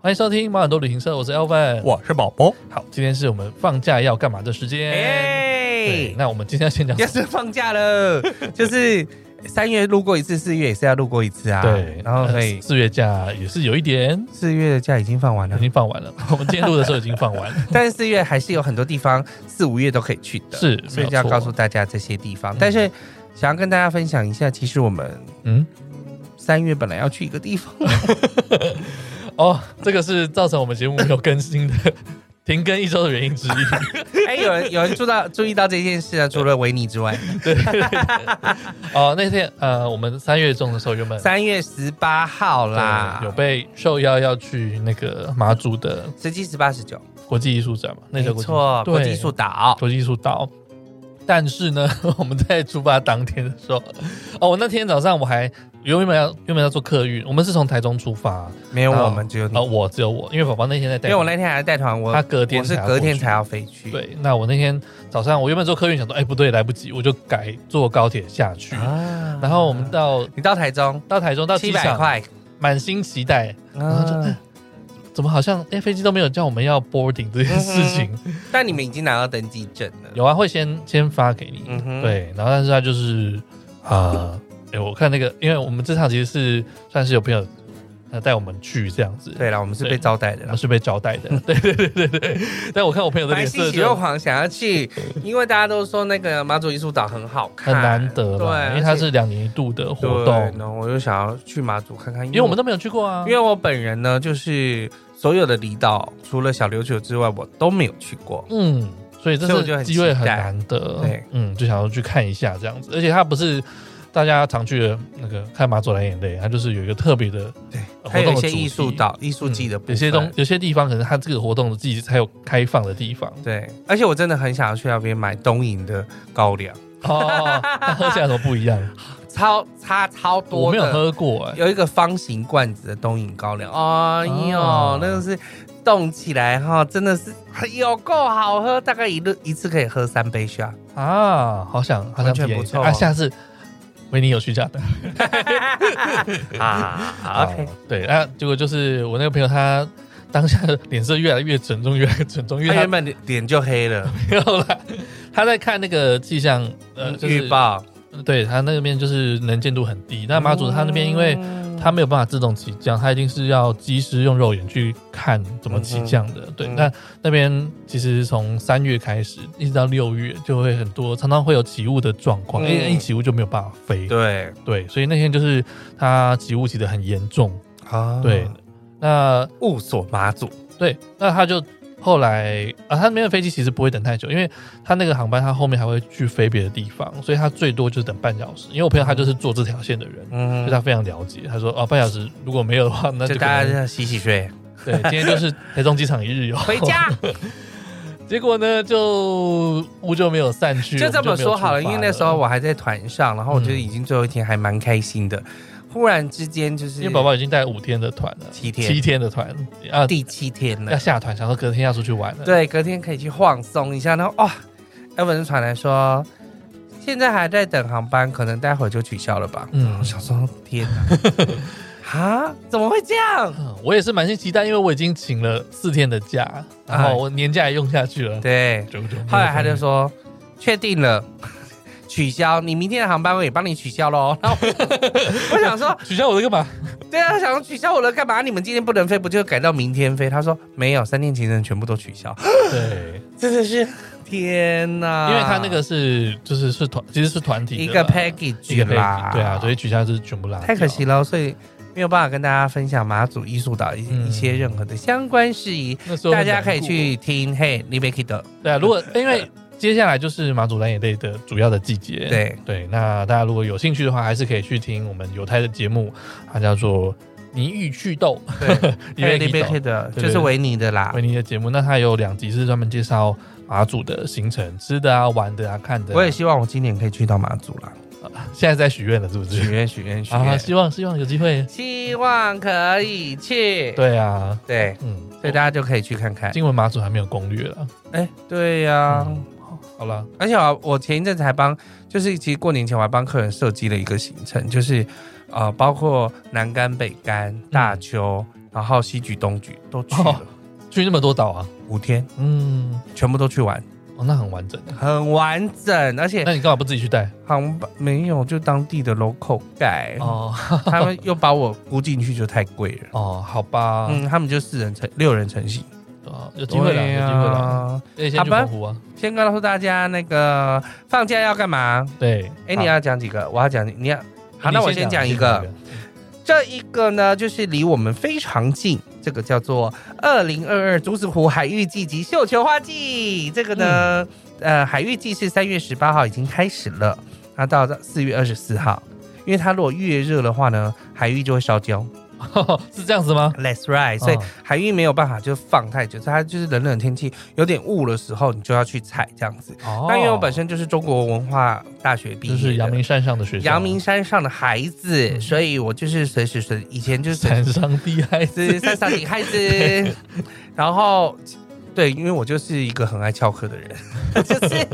欢迎收听毛很多旅行社，我是 Elvin。我是宝宝，好，今天是我们放假要干嘛的时间？对，哎，那我们今天要先讲要是放假 了，就是三月路过一次，四月也是要路过一次啊。对，然后所以呃四月假也是有一点四月的假已经放完已了，经放 完了，我们今天录的时候已经放完了，但是四月还是有很多地方四五月都可以去的，是，所以没就有要错告诉大家这些地方。但是想要跟大家分享一下，其实我们嗯，三月本来要去一个地 方，哦，这个是造成我们节目没有更新的 停更一周的原因之一。 哎，有人有人注到注意到这件事啊，除了维尼之外，哦，那天呃，我们三月中的时候原本三月十八号啦对，有被受邀要去那个马祖的十七、十八、十九，国际艺术展嘛？那没叫错，国际艺术岛，国际艺术岛。但是呢， 我们在出发当天的时候，哦，我那天早上我还原本要原本要做客运，我们是从台中出发，啊、没有然后我们只有你，我只有我，因为宝宝那天在带，嗯因为我那天还带团，我他隔天我是才要隔过天去才要飞去。对，那我那天早上我原本坐客运，想说，哎、不对，来不及，我就改坐高铁下去。啊然后我们到你到台中到台中到七机百场，块，满心期待，然后就、啊哎，怎么好像哎、飞机都没有叫我们要 boarding 嗯这件事情？但你们已经拿到登记证了。有啊，会先先发给你，嗯哼对，然后但是他就是啊，哎、我看那个，因为我们这趟其实是算是有朋友呃带我们去这样子，对啊了，我们是对被招待的我啦们。是被招待的，对 对对对对。但我看我朋友的白脸西色喜肉就狂想 要去，因为大家都说那个马祖艺术岛很好很看，难得对啦，，因为它是两年一度的而且活对动，然后我就想要去马祖看看，因因为我们都没有去过啊因。为我本人呢，就是所有的离岛除了小琉球之外，我都没有去过。嗯，所以这所以我就次很机会很期待难得，对，嗯，就想要去看一下这样子，而且它不是大家常去的那个看马祖蓝眼泪，它就是有一个特别的对，活动的还有一些主题嗯艺术岛、艺术季的部有些东分。有些地方可能它这个活动的季节才有开放的地方对，而且我真的很想要去那边买东瀛的高粱，哦，它喝起来怎么不一样？超差超我 多没的。有喝过哎、有一个方形罐子的冬饮高粱，哎呦，哦那个是冻起来哈，真的是有够好喝，大概一路一次可以喝三杯下。啊，好想好想完全体验一不下、错啊！下次维尼有去这样的 啊，OK，哦对，那、结果就是我那个朋友他当下脸色越来越沉重，越来越 沉重，因他为他哎原本脸脸就黑了，没有了，他在看那个气象呃嗯就是预报。对他那边就是能见度很低，那马祖他那边因为嗯他没有办法自动起降，他一定是要及时用肉眼去看怎么起降的。对，嗯那那边其实从三月开始一直到六月，就会很多常常会有起雾的状况，嗯因为一起雾就没有办法飞。对对，所以那天就是他起雾起得很严重。啊对，那雾锁马祖，对，那他就。后来啊，他那边的飞机其实不会等太久，因为他那个航班，他后面还会去飞别的地方，所以他最多就是等半小时。因为我朋友他就是坐这条线的人，所以嗯，他非常了解。他说：“哦，半小时如果没有的话， 那就就可能大家就洗洗睡，对，今天就是台中机场一日游回。家 结果呢，就雾就没有散去，就这么说好我了。们因就为没有出发那时候我还在团上，然后我觉得嗯已经最后一天还蛮开心的，忽然之间就是因为宝宝已经带五天的团了，七天七天的团啊，第七天了要。下团，想说隔天要出去玩了。，对，隔天可以去放松一下。然后哇，艾文传来说，现在还在等航班，可能待会儿就取消了吧。嗯我想说，天 哪，啊，怎么会这样？嗯我也是满心期待，因为我已经请了四天的假，然后我年假也用下去了。哎对，就，就后来他就说，确定了。 取消，你明天的航班我也帮你取消喽。然后我我想说，取消我的干 嘛？对啊，想说取消我了干嘛？你们今天不能飞，不就改到明天飞？他说没有，三天行程全部都取消，对，真的是天哪！因为他那个是就是是团，其实是团体的一个啦 package 一个 package，啦对啊，所以取消就是全部拉，太可惜。了，所以没有办法跟大家分享马祖艺术岛一些嗯一些任何的相关事宜，那时候大很家难可以过去听。嘿，你别 k 的，对啊，如果因为接下来就是马祖蓝眼泪的主要的季节，对对，那大家如果有兴趣的话，还是可以去听我们有台的节目，它叫做《你欲祛痘 对，》，里嘿面你提别到 k 的，对就是维尼的啦维。尼的节目。那它有两集是专门介绍马祖的行程，吃的啊、玩的啊、看的啊、我也希望我今年可以去到马祖啦，现在在许愿了，是不 许是？愿许愿许啊，愿，希望希望有机会。希望可以去。对啊，对，嗯，哦所以大家就可以去看看。新闻马祖还没有攻略了。哎，对呀。嗯好了，而且啊我前一阵子还帮，就是其实过年前我还帮客人设计了一个行程，就是呃，包括南干、北干、大邱，然后西局、东局都去了嗯哦去那么多岛啊，五天，嗯，全部都去玩，哦，那很完整。很完整，而且那你干嘛不自己去带？航班没有就当地的 local 改，哦他们又把我估进去就太贵了。哦，好吧，嗯，他们就四人成六人成型，哦有机会了，有机会了。了。那你先去好吧澎湖啊，先告诉大家那个放假要干嘛？对。哎、你要讲几个？我要讲，你要好，那我先讲一个。这一个呢，就是离我们非常近，这个叫做二零二二竹子湖海域季及绣球花季。这个呢，呃，海域季是三月十八号已经开始了，它到四月二十四号。因为它如果越热的话呢，海域就会烧焦。哦是这样子吗？ That's right，所以哎哦海域没有办法就放太久，所以它就是冷冷天气有点雾的时候，你就要去采这样子。哦那因为我本身就是中国文化大学毕业就的，是阳明山上的学校，阳明山上的孩子，所以我就是随时随以前就是山上的孩是子，山上的孩子，然后对，因为我就是一个很爱翘课的人，就是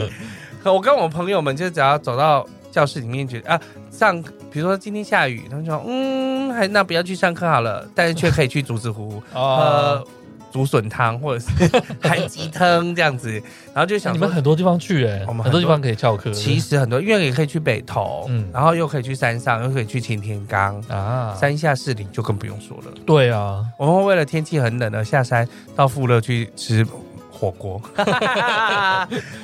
我跟我朋友们就只要走到教室里面，觉得啊上，比如说今天下雨，他们说嗯，还那不要去上课好了，但是却可以去竹子湖喝哦，竹笋汤或者是韩鸡汤这样子，然后就想你说们很多地方去哎，我很多们很多地方可以翘课。其实很多，因为也可以去北投，嗯然后又可以去山上，又可以去擎天岗、啊，山下士林，就更不用说了。对啊，我们会为了天气很冷而下山到富乐去吃火锅。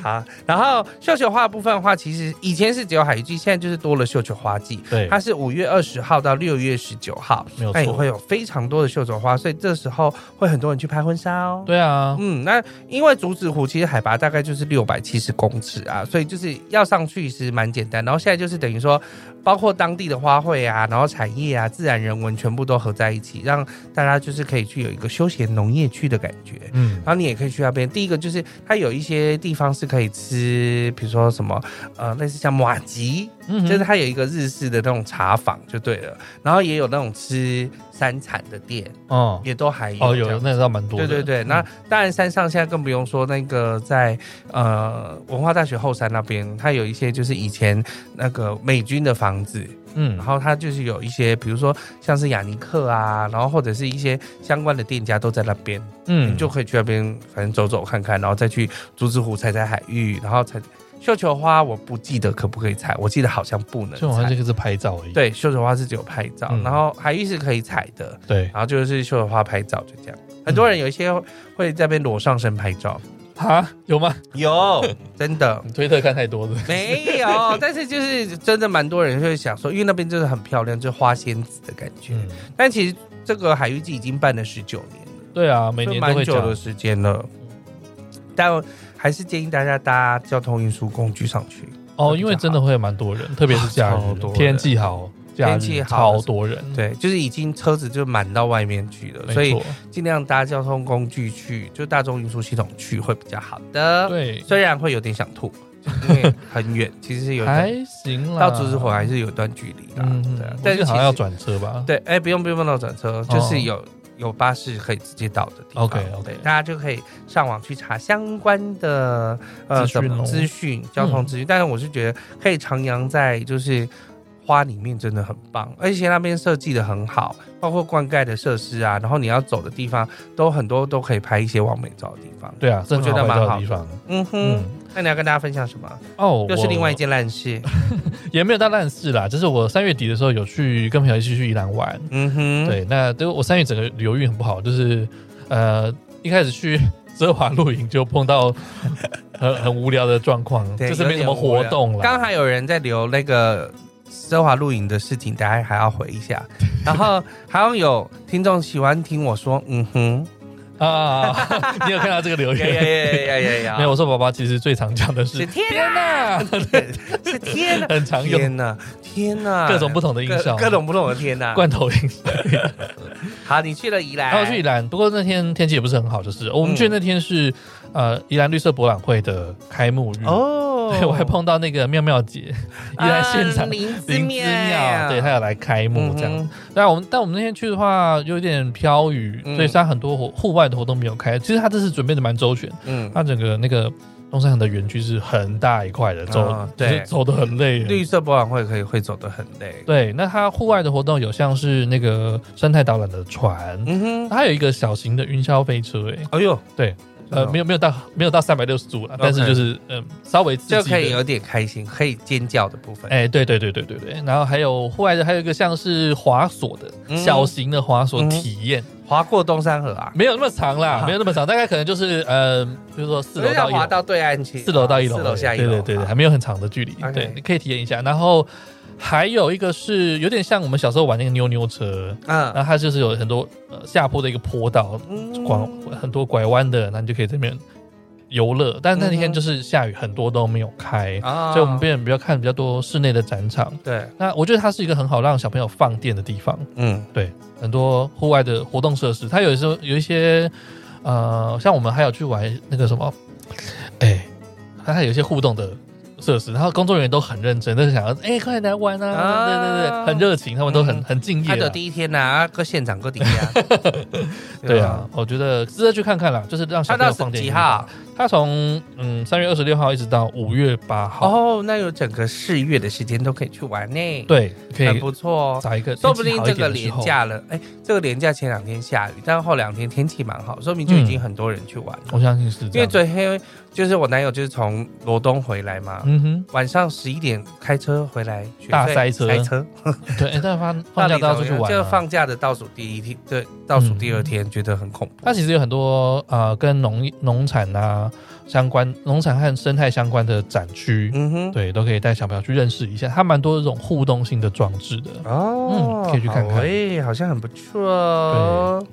好，然后绣球花的部分的话，其实以前是只有海芋季，现在就是多了绣球花季。对，它是五月二十号到六月十九号，没有那也错。会有非常多的绣球花，所以这时候会很多人去拍婚纱哦。对啊，嗯，那因为竹子湖其实海拔大概就是六百七十公尺啊，所以就是要上去其实蛮简单。然后现在就是等于说，包括当地的花卉啊，然后产业啊、自然人文全部都合在一起，让大家就是可以去有一个休闲农业区的感觉。嗯，然后你也可以去那边。第一个就是它有一些地方是可以吃，比如说什么呃，类似像马吉，嗯就是哼它有一个日式的那种茶坊就对了。然后也有那种吃山产的店，哦也都还有哦，这样有那倒蛮多的。嗯对对对，那当然山上现在更不用说那个在呃文化大学后山那边，它有一些就是以前那个美军的房子，嗯然，后它就是有一些比如说像是雅尼克啊，然后或者是一些相关的店家都在那边，嗯你就可以去那边反正走走看看，然后再去竹子湖采采海域，然后采绣球花，我不记得可不可以采，我记得好像不能就好像采这。个是拍照而已。对，绣球花是只有拍照，嗯然后海域是可以采的，对，然后就是绣花拍照，就这样。很多人有一些会在那边裸上身拍照，哈，有吗？啊有 真的你推特看太多了。没有？但是就是真的蛮多人会想说，因为那边真的很漂亮，就是花仙子的感觉。嗯，但其实这个海域季已经办了十九年了，对啊，每就年都蛮会久的讲。时间了。但还是建议大家搭交通运输工具上去。哦，因为真的会蛮多人，特别是假啊超日多，人天气好，假日天气好超多人。对，就是已经车子就满到外面去了，嗯没所以错，尽量搭交通工具去，就大众运输系统去会比较好的。对，虽然会有点想 吐，因为很远，其实是有一段还行啦。到竹子湖还是有一段距离的啊，嗯，对啊但但是是好其像要实转车吧？对，哎，不用不用到转车，就是有有巴士可以直接到的地方。 OK，OK 对大家就可以上网去查相关的资呃讯哦嗯什么咯资讯、交通资讯。但是我是觉得可以徜徉在就是。花里面真的很棒，而且那边设计的很好，包括灌溉的设施啊，然后你要走的地方都很多都可以拍一些完美照的地方。对啊，正觉得蛮拍照的好地方。嗯哼，嗯，那你要跟大家分享什么？哦，又是我另外一件烂事。也没有到烂事啦，就是我三月底的时候有去跟朋友一起去宜兰玩。 嗯哼，，对，那对我三月整个旅游运很不好，就是呃一开始去 奢华露营就碰到 很很无聊的状况，对就是没什么活动了。刚还有人在留那个奢华露营的事情，大家还要回一下。然后好像有听众喜欢听我说，嗯哼， 啊， 你有看到这个留 言？呀呀没有，我说宝宝其实最常讲的是是啊天呐， 是天呐，啊很常用天呐，天呐，各种不同的音效各各种不同的天呐。罐头音。哎好，你去了宜兰，然后哦去宜兰，不过那天天气也不是很好，就是我们去嗯那天是呃宜兰绿色博览会的开幕日。哦， 对，我还碰到那个妙妙姐，宜兰现场啊林之林之妙，对，她有来开幕这样子。那、我们但我们那天去的话，有点飘雨，嗯所以它很多活户外的活动没有开。其实它这次准备的蛮周全，嗯哼，它整个那个东山河的园区是很大一块的，走、嗯对就是走的很累。绿色博览会可以会走得很累。对，那它户外的活动有像是那个生态导览的船，嗯哼，它有一个小型的云霄飞车、欸，哎呦，对，呃，没有有没有到没有到三百六十度了， OK 但是就是嗯、稍微刺就激可以的。有点开心，可以尖叫的部分。哎、对对对对对对，然后还有户外的，还有一个像是滑索的、嗯小型的滑索嗯体验，划过东山河啊，没有那么长啦，啊没有那么长，大概可能就是呃，比如说四楼到要一滑楼，到对岸去，四楼到一楼，四楼下一楼，对对对对，还好没有很长的距离， OK 对，你可以体验一下。然后还有一个是有点像我们小时候玩那个扭扭车，嗯然后它就是有很多呃下坡的一个坡道，嗯拐很多拐弯的，那你就可以这边游乐。但是那嗯天哼就是下雨，很多都没有开，啊所以我们变得比较看比较多室内的展场。对，那我觉得它是一个很好让小朋友放电的地方，嗯对，很多户外的活动设施，它有时候有一些呃，像我们还有去玩那个什么，哎，它还有一些互动的。设施，然后工作人员都很认真，都是想要哎、快来玩啊！啊对对对，很热情，他们都很、嗯很敬业他啦。的第一天呐，啊搁现场搁底下， 嗯对啊，，我觉得值得去看看啦，就是让小他朋到友放电。几号？？他从嗯三月二十六号一直到五月八号，哦，那有整个四月的时间都可以去玩呢，，对，可很以不错哦。找一个说不定这天气个好一点连的时候假了，哎，这个连假前两天下雨，但后两天天气蛮好，说明就已经很多人去玩了。我相信嗯哦是这啊因为样。昨天就是我男友就是从罗东回来嘛，嗯哼，晚上十一点开车回来，雪大隧塞车塞车。对，哎 但放放假都要出去玩、就啊。放假的倒数第一天，对，倒数第二天觉得很恐怖。它其实有很多呃跟农农产啊相关、农产和生态相关的展区，嗯哼，对，都可以带小朋友去认识一下。它蛮多这种互动性的装置的。哦，嗯可以去看看好诶好像很不错哦。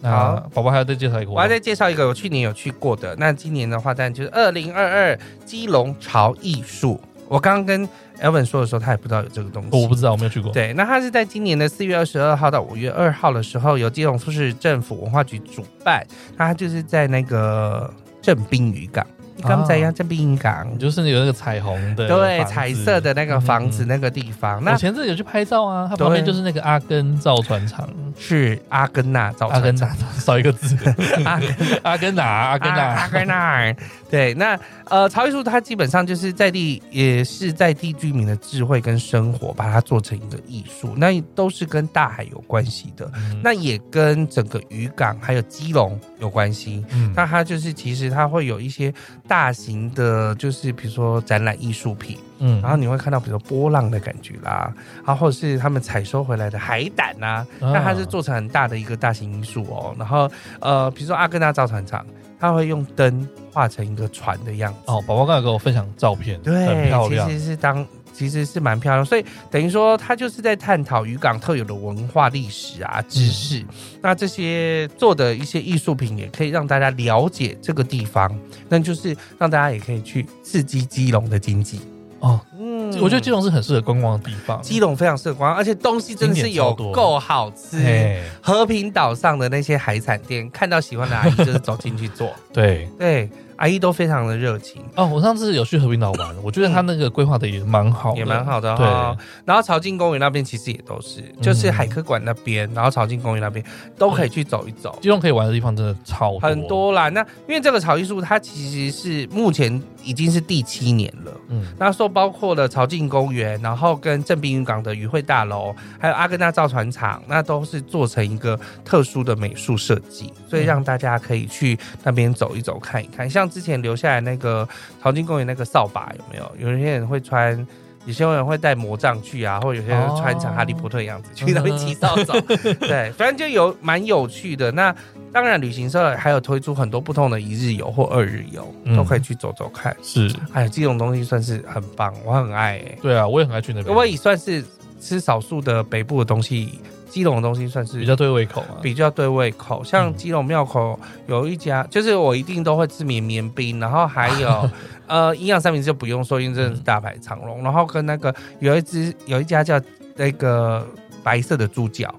那好宝宝还要再介绍一个我活要动，再介绍一个我去年有去过的，那今年的话，当然就是二零二二基隆潮艺术。我刚刚跟 Elvin 说的时候，他也不知道有这个东西。我不知道，我没有去过。对，那它是在今年的四月二十二号到五月二号的时候，由基隆市政府文化局主办，那它就是在那个正滨渔港，刚才呀，正滨渔港你，就是有那个彩虹的房子，哦对，彩色的那个房子嗯那个地方，我那前阵子有去拍照啊，它旁边对就是那个阿根造船厂，是阿根纳造阿船根厂达 少一个字， 阿根阿根达，阿根啊阿达，根纳，对，那呃，曹艺术它基本上就是在地，也是在地居民的智慧跟生活，把它做成一个艺术，那都是跟大海有关系的，嗯那也跟整个渔港还有基隆有关系。嗯那它就是，其实它会有一些大型的，就是比如说展览艺术品，嗯然后你会看到比如说波浪的感觉啦，然后或者是他们采收回来的海胆啊，那它是做成很大的一个大型因素哦。然后呃，比如说阿根纳造船厂，它会用灯画成一个船的样子，哦，宝宝刚才给我分享照片，很对漂，亮其，实是当其实是蛮漂亮，所以等于说它就是在探讨渔港特有的文化历史啊、嗯知识。那这些做的一些艺术品，也可以让大家了解这个地方，那就是让大家也可以去刺激基隆的经济。哦，嗯我觉得基隆是很适合观光的地方，基隆非常色光，而且东西真的是有够好吃。哎，和平岛上的那些海产店，看到喜欢的阿姨就是走进 去做，对。对，阿姨都非常的热情，哦，我上次有去和平岛玩，我觉得他那个规划的也蛮好的，嗯也蛮好的对嗯哈。然后潮境公园那边其实也都是，就是海科馆那边，然后潮境公园那边都可以去走一走。基隆可以玩的地方真的超多很，多啦，那因为这个潮艺术，它其实是目前已经是第七年了。 嗯，那说包括了潮境公园，然后跟正滨渔港的渔会大楼，还有阿根纳造船厂，那都是做成一个特殊的美术设计，所以让大家可以去那边走一走、看一看。像之前留下来那个潮境公园那个扫把有没有？有些人会穿。有些人会带魔杖去啊，或者有些人穿成哈利波特的样子、去那边骑扫帚，对，反正就有蛮有趣的。那当然，旅行社还有推出很多不同的一日游或二日游，嗯都可以去走走看。是，哎，这种东西算是很棒，我很爱、欸。对啊，我也很爱去那边，我也算是吃少数的北部的东西，基隆的东西算是比较对胃口啊，比较对胃口。像嗯基隆庙口有一家，就是我一定都会吃绵绵冰，然后还 有呃营养三明治就不用说，因为真的是大排长龙。然后跟那个有一只有一家叫那个白色的猪脚。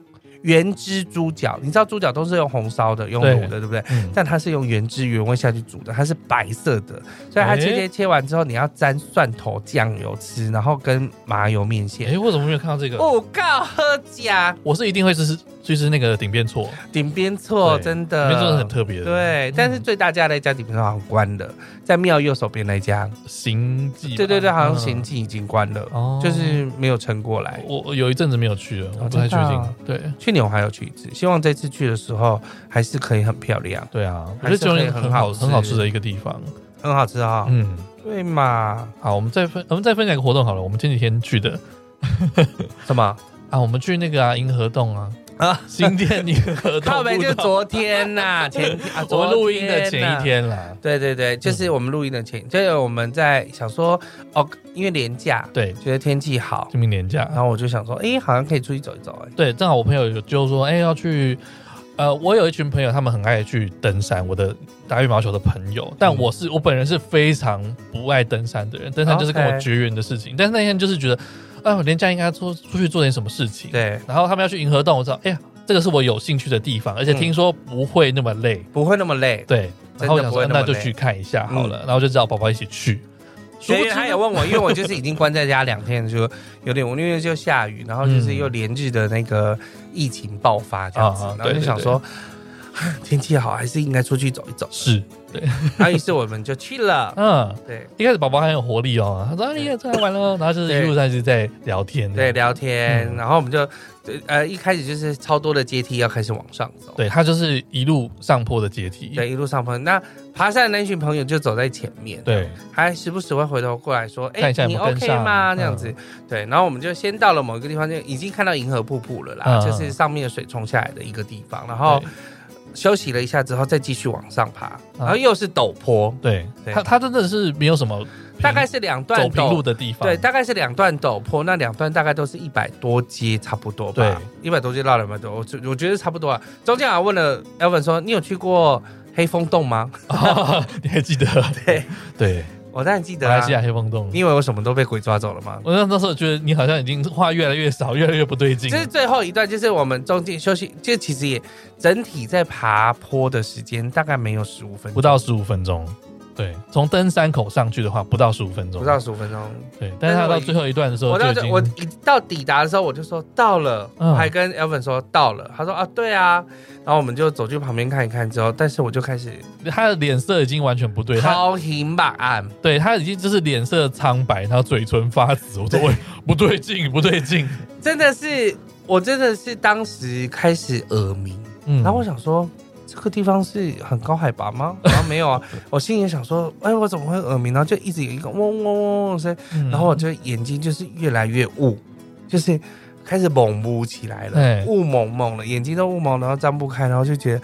原汁猪脚，你知道猪脚都是用红烧的，用对卤的，对不对？嗯，但它是用原汁原味下去煮的，它是白色的，所以它哎切切切完之后，你要沾蒜头酱油吃，然后跟麻油面线。哦哎，我怎么没有看到这个？我告喝假，我是一定会吃就是那个顶边错，顶边错对真顶的，边错是很特别的。，呃对，但是最大家那家顶边错好像关了，在庙右手边那家，行记吧，对对对，好像嗯行进已经关了，哦就是没有撑过来。我我有一阵子没有去了，我不真太的确啊定。对去年我还有去一次，希望这次去的时候还是可以很漂亮，对啊，我觉还得是九可以龙很很好好很好吃吃的一个地方。很好吃哈、嗯，对嘛？好，我们再分我们再分享一个活动好了。我们前几天去的什么？啊，我们去那个啊银河洞啊啊啊新店银河洞 靠北步就道昨天呐、 前天啊，我昨啊们录音的前呐一。天啦。对对对，就是我们录音的前，就是我们在想说，哦，因为年假，对，觉得天气好，清明年假。然后我就想说，哎，好像可以出去走一走，哎，对，正好我朋友有就说，哎、要去，呃，我有一群朋友，他们很爱去登山，我的打羽毛球的朋友，但嗯我是、我本人是非常不爱登山的人，登山就是跟 OK 我绝缘的事情。但是那天就是觉得，哎、我连假应该出出去做点什么事情。，对，然后他们要去银河洞，我知道，哎、呀，这个是我有兴趣的地方，而且嗯听说不会那么累。不会那么累。对，然真的后我想不会说，那么那就累去看一下好了，然后就找宝宝一起去。殊所不以知他也问 我，因为我就是已经关在家两天，就有点无因为就下雨，然后就是又连日的那个疫情爆发这样子，啊啊然后就想说。啊 天气好，还是应该出去走一走。是，然后于是我们就去了。嗯，对一开始宝宝很有活力哦，他说：“啊，你也出来玩了。” 然后就是一路上一直在聊天，对，聊天，嗯然后我们就呃一开始就是超多的阶梯要开始往上走。对他就是一路上坡的阶梯，对，一路上朋友，那爬山的那群朋友就走在前面，，对还时不时会回头过来说：“哎、看一下有你没有跟 OK 上吗？”嗯这样子，对。然后我们就先到了某一个地方，就已经看到银河瀑布了啦，嗯就是上面的水冲下来的一个地方。然后休息了一下之后，再继续往上爬，嗯然后又是陡坡，对对，对他他真的是没有什么平大概是两段嗯走平路陡。的地方，对，大概是两段陡坡，那两段大概都是一百多阶，差不多吧。一百多阶到两百多，我觉我觉得差不多啊。中间啊问了 Elvin 说：“你有去过黑风洞吗 你还记得？对对，？”我当然记得马来啊西。亚嗯黑风洞你。以为我什么都被鬼抓走了吗？我那那时候觉得你好像已经话越来越少，越来越不对劲就。是最后一段，就是我们中间休息，就其实也整体在爬坡的时间大概没有十五分钟，不到十五分钟，对，从登山口上去的话，不到十五分钟，不到十五分钟。对。但是但是他我到一最后一段的时我候到就已这经，我一到抵达的时候，我就说到了，嗯我还跟 Elvin 说到了，他说啊对啊，然后我们就走去旁边看一看之后，但是我就开始他的脸色已经完全不对，他超平板暗，对他已经就是脸色苍白，然后嘴唇发紫，我说喂， 不对劲，不对劲。真的是我真的是当时开始耳鸣，嗯 然后我想说。这个地方是很高海 拔吗？然后没有啊，我心里想说，哎，我怎么会耳鸣？然后就一直有一个嗡嗡嗡嗡的声音，嗯然后我就眼睛就是越来越雾，就是开始蒙雾起来了哎，雾蒙蒙了，眼睛都雾蒙，然后张不开，然后就觉得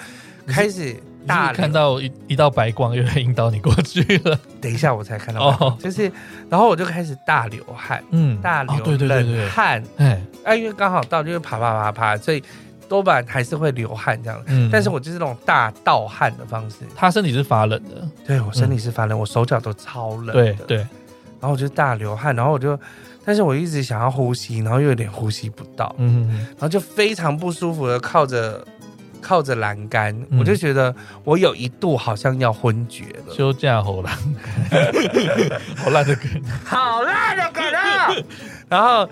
开始你是不大是看流，到一一道白光又来引导你过去 了。等一下我才看到它，哦，就是，然后我就开始大流汗，嗯大流哦对对对冷对，汗，哎，啊，因为刚好到就是爬爬爬爬，所以多半还是会流汗这样。嗯但是我就是那种大盗汗的方式，他身体是发冷的，对我身体是发冷，我手脚都超冷的。嗯对对，然后我就大流汗，然后我就，但是我一直想要呼吸，然后又有点呼吸不到，嗯，然后就非常不舒服的靠着靠着栏杆，嗯我就觉得我有一度好像要昏厥了，休假好了，好烂的梗， 好烂的梗啊！ 然后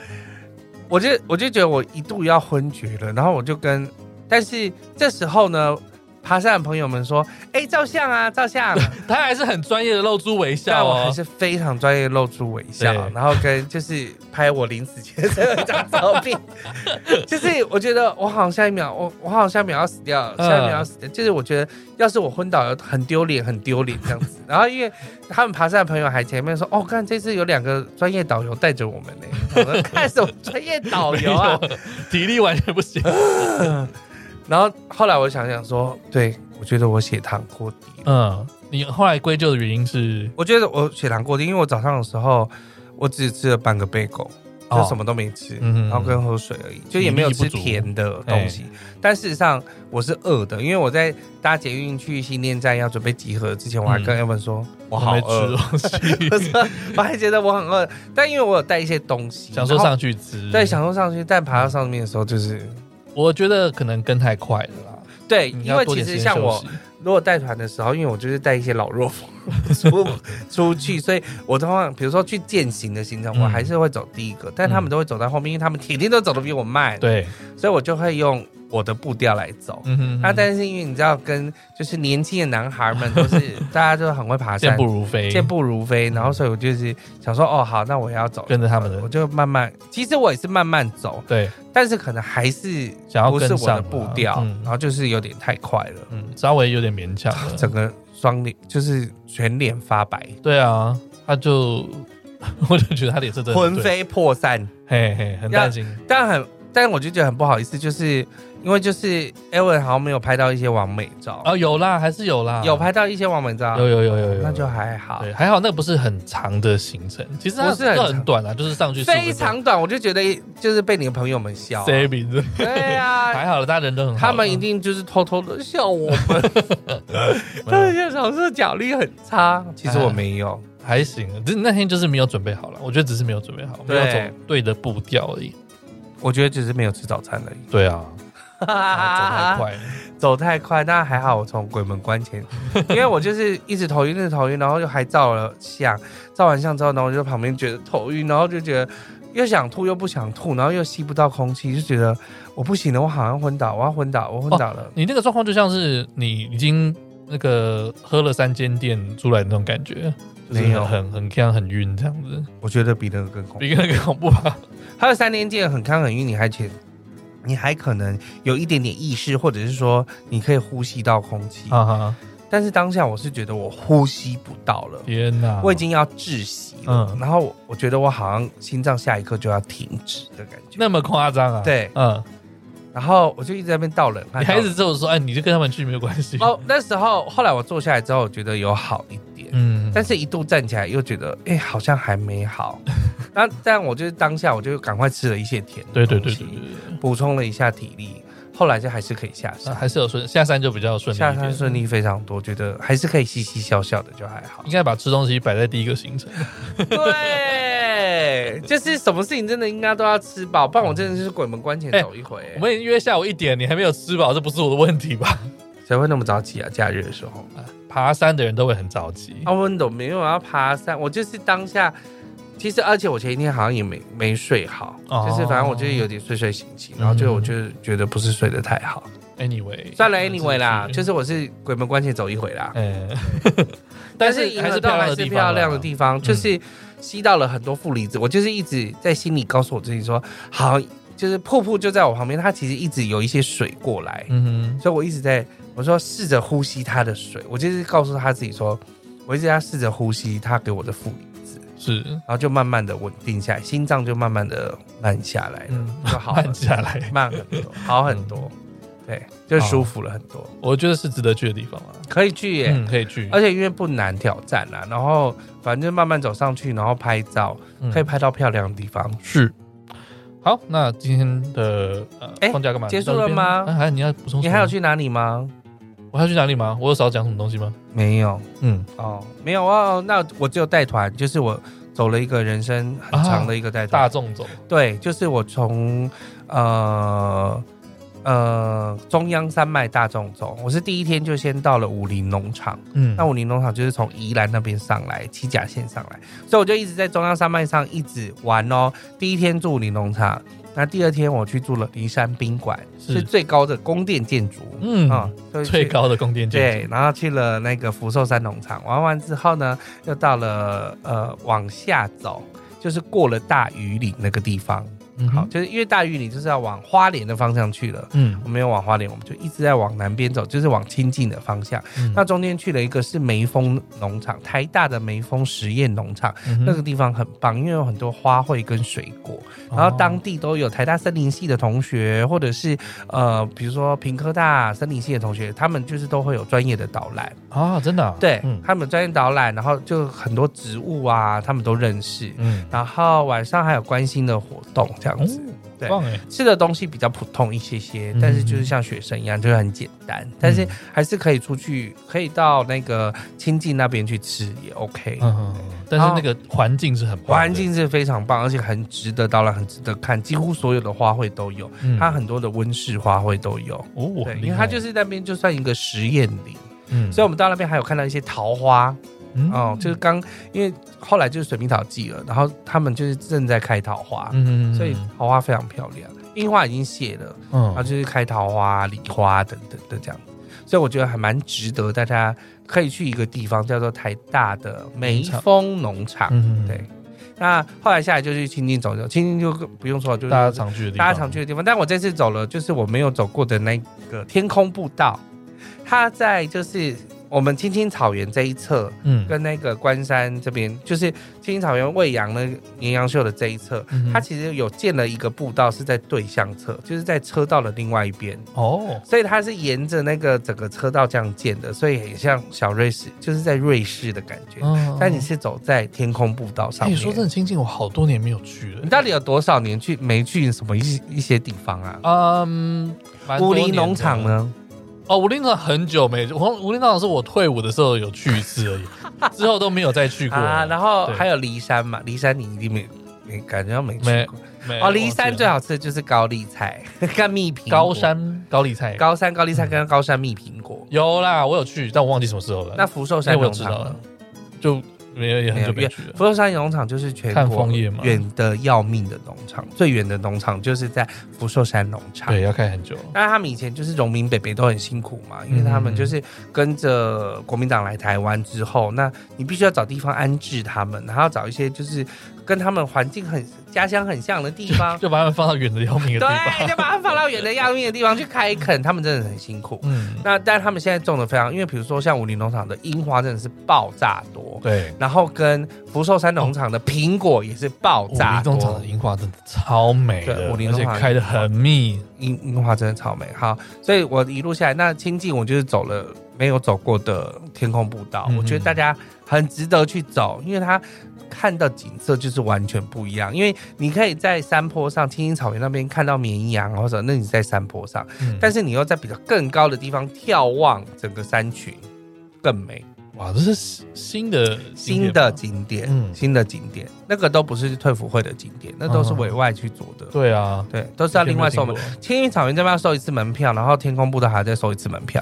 我就我就觉得我一度要昏厥了，然后我就跟，但是这时候呢，爬山的朋友们说：“哎，照相啊，照相。”他还是很专业的露出微但笑我还哦。是非常专业，露出微笑对，然后跟就是拍我临死前的一张照 片，就是我觉得我好像下一秒，我我好像下一秒要死掉了，嗯下一秒要死掉，就是我觉得要是我昏倒了，很丢脸，很丢脸这样 子。然后因为他们爬山的朋友还前面说，哦，看这次有两个专业导游带着我们呢、我说看什么专业导游啊？ 没有，体力完全不 行。然后后来我想想说，对我觉得我血糖过低了。嗯，你后来归咎的原因是我觉得我血糖过低，因为我早上的时候我只吃了半个贝狗，哦就什么都没吃，嗯然后跟喝水而已，就也没有吃甜的东西。哎但事实上我是饿的，因为我在搭捷运去新店站要准备集合之前，我还跟 Evan 说、我好嗯没饿， 吃东我西，说我还觉得我很饿，但因为我有带一些东西，想说然后上去吃，对想说上去，但爬到上面的时候就是。我觉得可能跟太快了啦。对，你因嗯要为多其点时实间像休我息，如果带团的时候，因为我就是带一些老弱妇 出出去，所以我通常比如说去践行的行程，嗯我还是会走第一个，但他们都会走在后面，因为他们铁定都走得比我慢，，对，所以我就会用我的步调来走。嗯哼，那但是因为你知道，跟就是年轻的男孩们都是大家都很会爬健 山步，如飞，健步如飞，然后所以我就是想说，哦，好，那我也要走，跟着他们的我就慢慢，其实我也是慢慢走，对，但是可能还是想要不跟是上了我的步调，嗯然后就是有点太快了，嗯，稍微有点勉强 了。整个双脸就是全脸发白，对啊，他就 我就觉得他脸色真的很魂对，飞魄散。嘿嘿，很担心。但很，但我就觉得很不好意思，就是因为就是 Aaron 好像没有拍到一些完美照，啊，有啦，还是有啦，有拍到一些完美照，有有有有有，那就还好对，。还好那个不是很长的行程，其实它不是很这长很短啊，就是上去非常短，我就觉得就是被你的朋友们笑、啊 saving，对 啊，还好了，大家人都很好，他们一定就是偷偷的笑我 们，他们没有就想说脚力很差。其实我没有，还行，啊只是那天就是没有准备好了，我觉得只是没有准备好，没对有走对的步调而已。我觉得只是没有吃早餐而已。对啊， 啊走太快了，走太快，但还好我从鬼门关前，因为我就是一直头晕，一直头晕，然后又还照了相，照完相之后，然后我就旁边觉得头晕，然后就觉得又想吐又不想吐，然后又吸不到空气，就觉得我不行了，我好像昏倒，我要昏倒，我昏倒了。你那个状况就像是你已经那个喝了三间店出来的那种感觉，就是没有很很很呛很晕这样子，我觉得比那个更恐怖。比那个恐怖 吧？还有三年见很康很晕，你还且你还可能有一点点意识，或者是说你可以呼吸到空气，哈哈，但是当下我是觉得我呼吸不到了。天哪！我已经要窒息了，嗯然后我我觉得我好像心脏下一刻就要停止的感觉。那么夸张啊？对，嗯，然后我就一直在那边倒冷汗。你还一倒直之后说，哎，你就跟他们去没有关系冷汗。哦，那时候后来我坐下来之后，我觉得有好一点，嗯，但是一度站起来又觉得，哎、好像还没好。 那但我就是当下我就赶快吃了一些甜的对对东对西对对，对补充了一下体力，后来就还是可以下那山，还是有顺下山就比较顺利，下山顺。利非常多，觉得还是可以嘻嘻笑笑的，就还好应。该把吃东西摆在第一个行程， 对，就是什么事情真的应该都要吃饱，不然我真的是鬼门关前哎走一回、我们已经约下午一点，你还没有吃饱，这不是我的问题吧？谁会那么早起啊？假日的时候，嗯爬山的人都会很着急，啊，温斗没有要爬山，我就是当下。其实，而且我前一天好像也没没睡好，哦就是反正我就是有点睡睡醒嗯醒，然后就我就是觉得不是睡得太好。 Anyway，，算了，anyway 啦，就是是我是鬼门关前走一回啦，嗯，哎但 但是是银还河是洞漂亮的还是地方，漂亮的地方，嗯就是吸到了很多负离子。我就是一直在心里告诉我自己说，好，就是瀑布就在我旁边，它其实一直有一些水过来，嗯哼，所以我一直在我说试着呼吸它的水，我就是告诉他自己说，我一直在试着呼吸它给我的负离子，是，然后就慢慢的稳定下来，心脏就慢慢的慢下来了，嗯，哎就好慢了，下来，慢很多，好很多，嗯对，就舒服了很多，我觉得是值得去的地方 啊，可以去耶。嗯，可以去，而且因为不难挑战啦，然后反正就慢慢走上去，然后拍照，嗯可以拍到漂亮的地方。是。好，那今天的哎呃放假干嘛？结束了吗啊还你要补充？你还有？去哪里吗？我还要去哪里吗？我有少讲什么东西吗？没有嗯，哦，没有哦，那我只有带团，就是我走了一个人生很长的一个带团，大众走，对，就是我从呃呃中央山脉大众走，我是第一天就先到了武林农场。嗯，那武林农场就是从宜兰那边上来，七甲线上来，所以我就一直在中央山脉上一直玩哦。第一天住武林农场，那第二天我去住了骊山宾馆，是是最高的宫殿建筑，嗯啊、所以去最高的宫殿建对，然后去了那个福寿山农场，玩完之后呢，又到了呃往下走，就是过了大余岭那个地方，筑，嗯哼好，，就是因为大余岭就是要往花莲的方向去了。嗯我没有往花莲，我们就一直在往南边走，就是往亲近的方向。嗯那中间去了一个是梅峰农场，台大的梅峰实验农场，嗯哼那个地方很棒，因为有很多花卉跟水果，哦然后当地都有台大森林系的同学，或者是呃，比如说平科大森林系的同学，他们就是都会有专业的导览，啊，真的啊，对、嗯他们有专业导览，然后就很多植物啊，他们都认识，嗯，哦然后晚上还有关心的活动这样子。对棒哎，吃的东西比较普通一些些嗯，但是就是像学生一样，就是很简单，但是还是可以出去，可以到那个亲近那边去吃也 OK。嗯嗯，嗯但是那个环境是很棒的环，境是非常棒，而且很值得，当然很值得看，几乎所有的花卉都有，嗯它很多的温室花卉都有。哦，对，很因厉为害它就是那边就算一个实验林，嗯所以我们到那边还有看到一些桃花，嗯哦，就是刚因为后来就是水蜜桃季了，然后他们就是正在开桃花，嗯所以桃花非常漂亮，樱花已经谢了，然后嗯，就是开桃花、梨花等等的这样。所以我觉得还蛮值得大家可以去一个地方，叫做台大的梅峰农场。嗯，对，那后来下来就去青青走走，青青就不用说了，就是大家常去的地方，大家常去的地方。但我这次走了，就是我没有走过的那个天空步道，它在就是我们青青草原这一侧，嗯，跟那个关山这边，就是青青草原喂养那个绵羊秀的这一侧，嗯它其实有建了一个步道，是在对向侧，就是在车道的另外一边。哦，所以它是沿着那个整个车道这样建的，所以很像小瑞士，就是在瑞士的感觉。嗯但你是走在天空步道上哎，面。说真的，亲近我好多年没有去了你。到底有多少年去没去什么一些一些地方啊？嗯，蛮多武年林的农场？呢？哦，武林农场很久没，我武林农场是我退伍的时候有去一次而已，之后都没有再去过了。啊，然后对还有骊山嘛，骊山你一定没没感觉到没去没过。没哦，骊山最哎忘好吃的就是高丽菜跟蜜苹记果。了高山高丽菜高山高丽菜跟高山蜜苹果。有啦，我有去，但我忘记什么时候了。那福寿山那嗯哎我农知场道呢了？就没有也很久没有没去了。福寿山农场就是全看国枫叶嘛远的要命的农场，最远的农场就是在福寿山农场。对，要开很久。那他们以前就是农民北北都很辛苦嘛，因为嗯他们就是跟着国民党来台湾之后，那你必须要找地方安置他们，然后找一些就是跟他们环境很家乡很像的地 ，方就把他们放到远的要命的地对，啊方。就把它放到远的要命的地方去开垦，他们真的很辛苦。嗯，那但他们现在种的非常，因为比如说像武林农场的樱花真的是爆炸多，对，然后跟福寿山农场的苹果也是爆哦武炸林多农，场的樱花真的超美对的，武林而农且场开的很密。樱樱花真的超美。好，所以我一路下来，那亲近我就是走了没有走过的天空步道，嗯我觉得大家很值得去走，因为它看到景色就是完全不一样。因为你可以在山坡上、青青草原那边看到绵羊，啊或者那你在山坡上，嗯但是你又在比较更高的地方眺望整个山群，更美。哇，这是新新的新的，景点，嗯新的景点，那个都不是退辅会的景点，那都是嗯委外去做的。对啊，对，都是要另外收门没有听。青云草原这边要收一次门票，然后天空步道还要再收一次门票。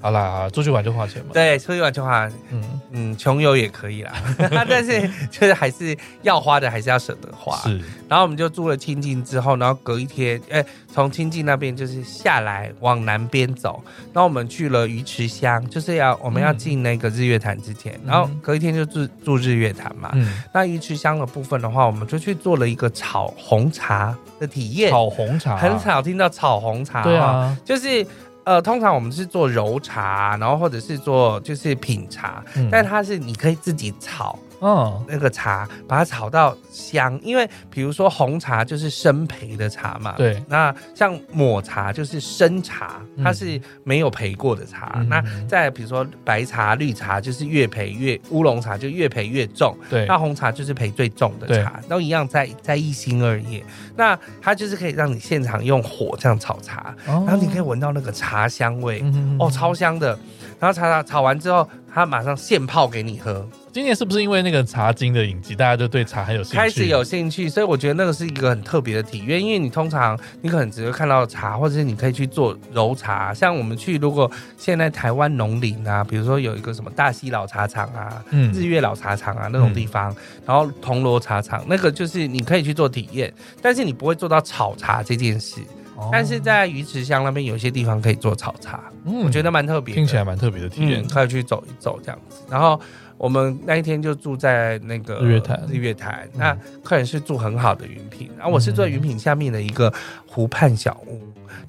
好啦，好啦出去玩就花钱嘛。对，出去玩就花，嗯，嗯，穷游也可以啦， 但是就是还是要花的，还是要舍得花。是，然后我们就住了清境之后，然后隔一天，哎、从清境那边就是下来往南边走，然后我们去了鱼池乡，就是要我们要嗯进那个日月潭之前，然后隔一天就住住日月潭嘛。嗯，那鱼池乡的部分的话，我们就去做了一个炒红茶的体验。炒红茶，啊很，少听到炒红茶，对，啊，就是呃，通常我们是做揉茶，然后或者是做就是品茶，嗯但它是你可以自己炒嗯那个茶，把它炒到香，因为比如说红茶就是生焙的茶嘛，。对，那像抹茶就是生茶，嗯它是没有焙过的茶。嗯那再比如说白茶、绿茶，就是越焙越乌龙茶就越焙越重。对那，红茶就是陪最重的茶，都一样在在一心二意。那它就是可以让你现场用火这样炒茶，然然后你可以，闻到那个茶香味，哦嗯哦，超香的。然后茶茶炒完之后，它马上现泡给你喝，今年是不是因为那个茶经的引进，大家就对茶很有兴趣？开始有，兴趣。所以我觉得那个是一个很特别的体验，因为你通常你可能只会看到茶，或者是你可以去做揉茶。像我们去，如果现在台湾农林啊，比如说有一个什么大溪老茶厂啊，日嗯，月老茶厂啊那种地方，然后铜锣茶厂那个就是你可以去做体验，但是你不会做到炒茶这件事。哦但是，在鱼池乡那边有些地方可以做炒茶，嗯我觉得蛮特别的，听起来蛮特别的体验嗯，。可以去走一走这样子。然后我们那一天就住在那个日月潭日月潭。嗯那客人是住很好的云品，啊然后我是住在云品下面的一个湖畔小屋，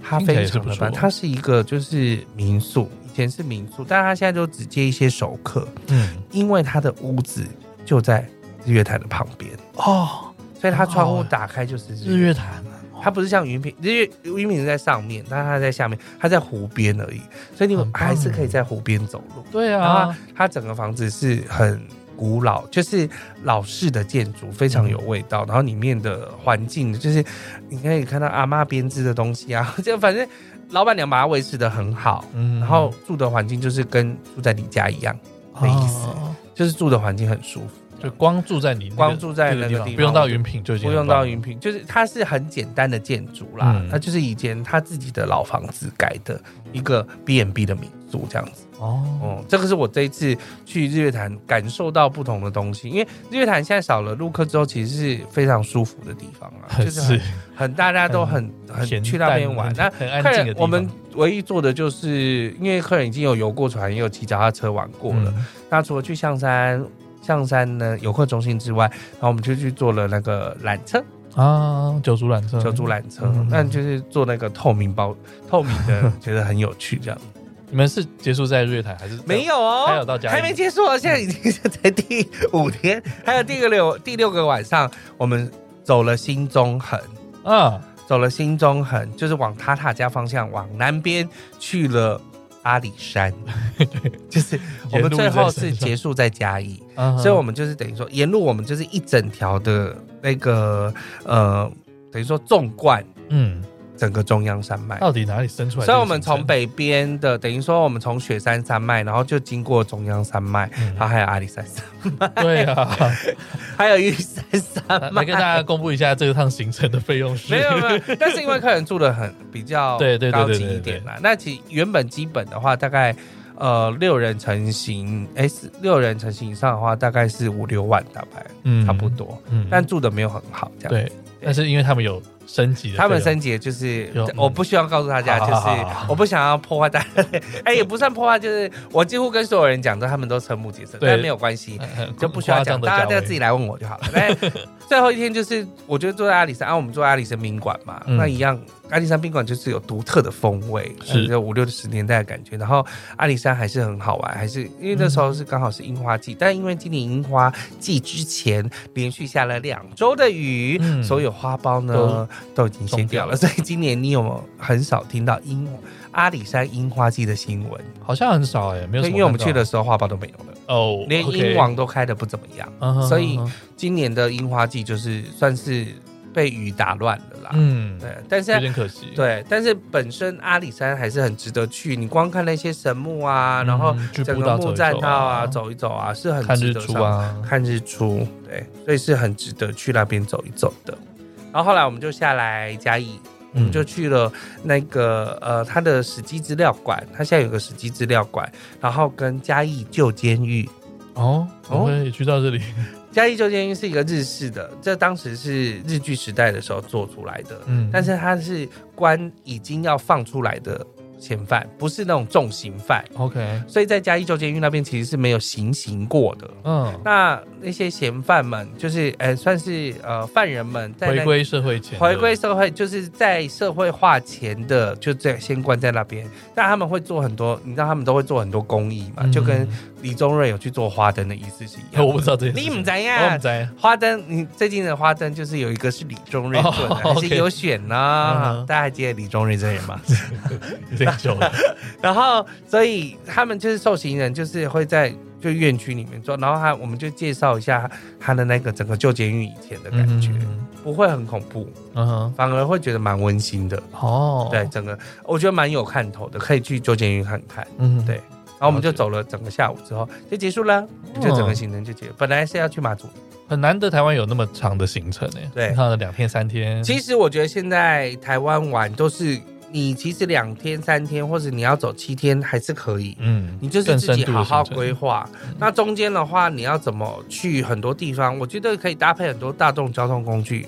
它听起来非也是常不的错棒，它是一个就是民宿，以前是民宿，但它现在就只接一些熟客。嗯，因为他的屋子就在日月潭的旁边，哦，所以他很窗好户欸打开就是日日月。月潭啊，它不是像云品，日月云品是在上面，但它在下面，它在湖边而已，所以你很棒还是可以在湖边走路。对然后啊，它它整个房子是很古老，就是老式的建筑，非常有味道。然后里面的环境就是你可以看到阿妈编织的东西啊，就反正老板娘把它维持的很好。嗯然后住的环境就是跟住在你家一样，的意思哦就是住的环境很舒服。就光住在你那个光住在这那个个地地方，方不用到云品就已经不很用棒到了云品，就是它是很简单的建筑啦，嗯它就是以前他自己的老房子改的一个 B n B 的民宿这样子。哦，哦、这个是我这一次去日月潭感受到不同的东西，因为日月潭现在少了陆客之后，其实是非常舒服的地方 啊，就是很是很大家都很很闲去那边淡玩。很那很安客静人的地我方们唯一做的就是，因为客人已经有游过船，也有骑脚踏车玩过了。，嗯那除了去象山象山呢游客中心之外，然后我们就去坐了那个缆车，啊，九族缆车，叫坐缆车嗯，那就是坐那个透 明包透明的，觉得很有趣这样。你们是结束在瑞台还是没有哦，还有到嘉义还没结束哦，现在已经是在第 五天，还有第个六第六个晚上，我们走了新中横，啊？走了新中横，就是往塔塔家方向往南边去了阿里 山，就是我们最后是结束在嘉义，啊所以我们就是等于说沿路我们就是一整条的那个呃，等于说纵贯嗯，整个中央山脉。到底哪里生出来这个行程？所以，我们从北边的，等于说我们从雪山山脉，然后就经过中央山脉，嗯，然后还有阿里山山， 对啊，还有玉山山来脉。跟大 家公布一下这趟行程的费用是没有没有，但是因为客人住的很比 较对对对高对级对一对点啦。那其实原本基本的话，大概呃六人成型，哎四六人成型以上的话，大概是五六万大概、 嗯差不，多，嗯但住的没有很好这样。对，但是因为他们有升级的费用，他们升级就是有，嗯我不希望告诉大家，好就好好好是我不想要破坏大家的。 哎，也不算破坏，就是我几乎跟所有人讲，都他们都瞠目结舌，对但没有关系，很呃很就不需要讲，夸张的大家价再位自己来问我就好了。 但最后一天就是，我觉得坐在阿里山，啊，我们坐在阿里山宾馆嘛，嗯那一样，阿里山宾馆就是有独特的风味，是就五六十年代的感觉。然后阿里山还是很好玩，还是因为那时候是刚好是樱花季，但因为今年樱花季之前连续下了两周的雨，嗯所有花苞都呢都已经谢掉了，冲所以今年你有没有很少听到樱阿里山樱花季的新闻？好像很少哎，没有什么看到，对，因为我们去的时候花苞都没有了，哦，连 OK 英，王都开的不怎么样。嗯哼所以嗯哼今年的樱花季就是算是被雨打乱了啦。嗯，啊对，但有是点可惜，对，但是本身阿里山还是很值得去。你光看那些神木啊，嗯，然后去整步个道走木一栈道啊，啊，走一走啊，是很看值日得出上啊，看日出，对，所以是很值得去那边走一走的。然后后来我们就下来嘉义，嗯我们就去了那个呃，它的史记资料馆，它现在有个史记资料馆，然后跟嘉义旧监狱，哦，哦我也去到 这里，嘉义旧监狱是一个日式的，这当时是日据时代的时候做出来的，嗯，但是它是关已经要放出来的嫌犯，不是那种重刑犯， OK，所以在嘉义旧监狱那边其实是没有行刑过的。嗯，那那些嫌犯们，就是呃，算是呃犯人们在那回归社会前的，回归社会，就是在社会化前的，就在先关在那边。但他们会做很多，你知道他们都会做很多公益嘛，嗯就跟李宗瑞有去做花灯的仪式是一 样我的。不知道这件事你情，唔知嗯哦我呀不？在，花灯，你最近的花灯就是有一个是李宗 瑞做的，哦还是 OK 有选呢、嗯哼大家还记得李宗瑞这人 吗？有点久 了，然后，所以他们就是受刑人，就是会在就院区里面做。然后他，我们就介绍一下他的那个整个旧监狱以前的感觉，嗯不会很恐怖，嗯哼，反而会觉得蛮温馨的。哦，对，，整个我觉得蛮有看头的，可以去旧监狱看看。嗯，对然后我们就了解走了整个下午之后就结束了，哦就整个行程就结束。本来是要去马祖很难得台湾有那么长的行程诶，对你看了两天三天，其实我觉得现在台湾玩都是你其实两天三天，或者你要走七天还是可以，嗯，你就是更自深己度好的好行程规划。嗯那中间的话，你要怎么去很多地方？我觉得可以搭配很多大众交通工具，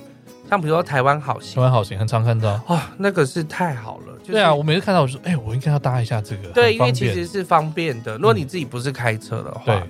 像比如说台湾好台行湾好行，很常看到。哦，那个是太好了。就啊是、对啊，我每次看到我说，哎，我应该要搭一下这个，对，很因方为其便实是方便的。如果你自己不是开车的话，对，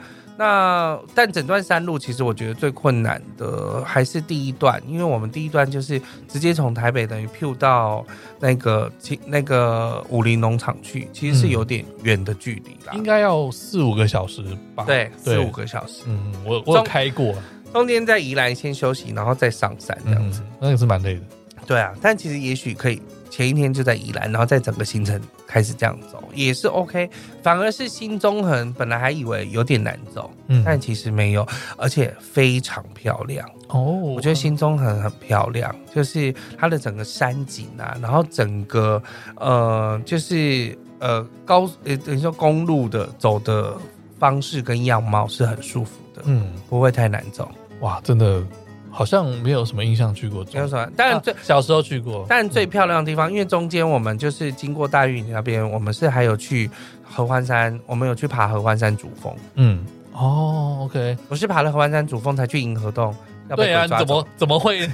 那但整段山路，其实我觉得最困难的还是第一段，因为我们第一段就是直接从台北等于 Q 到那个其那个武林农场去，其实是有点远的距离啦。应该要四五个小时吧，，对，四对五个小时，嗯，我我有中开过，中间在宜兰先休息，然后再上山这样子。嗯，那个是蛮累的，对啊，但其实也许可以前一天就在宜兰，然后再整个行程开始这样走也是 OK。反而是新中横，本来还以为有点难走，嗯，但其实没有，而且非常漂亮。哦，我我觉得新中横很漂亮，就是它的整个山景啊，然后整个呃，就是呃高呃等于说公路的走的方式跟样貌是很舒服的，嗯，不会太难走。哇，真的好像没有什么印象去过没中有，什么，但最、啊小时候去过，但最漂亮的地方，因为中间我们就是经过大玉那边，我们是还有去合欢山，我们有去爬合欢山主峰，嗯，哦，OK，我是爬了合欢山主峰才去银河洞。要被对啊，鬼你抓怎走么怎么 会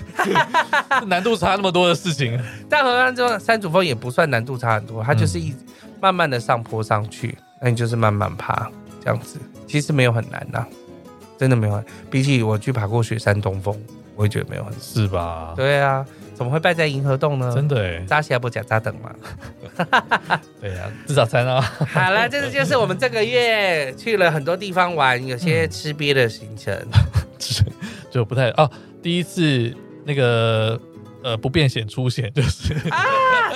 难度差那么多的事情？但河湾中山主峰也不算难度差很多，它就是一、嗯慢慢的上坡上去，那你就是慢慢爬这样子，其实没有很难呐、啊真的没有很。啊比起我去爬过雪山东峰，我会觉得没有很。是吧？对啊，怎么会败在银河洞呢？哦真的哎，扎西亚不假 扎等嘛。对呀，至少才啊，好了，这就是我们这个月去了很多地方玩，有些吃瘪的行程。 就不太哦。第一次那个呃不变险出险就是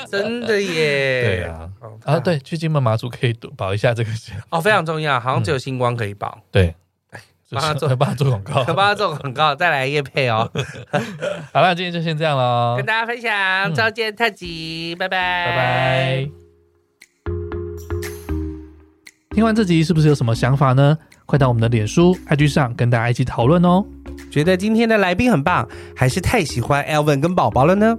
真的耶。嗯对啊好看啊，对，去金门马祖可以多保一下这个险，哦，非常重要，好像只有星光可以保。对，哎帮他做就是 帮他做广可告。帮他做广告，再来夜配哦。好了，今天就先这样了跟，大家分享嗯召见特辑，拜拜，拜拜。。听完这集是不是有什么想法呢？快到我们的脸书、IG 上跟大家一起讨论哦。觉得今天的来宾很棒，还是太喜欢 Elvin 跟宝宝了呢？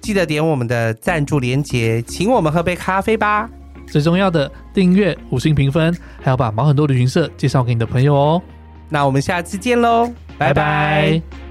记得点我们的赞助连结，请我们喝杯咖啡吧。最重要的，订阅、五星评分，还要把毛很多旅行社介绍给你的朋友哦。那我们下次见喽，拜拜拜拜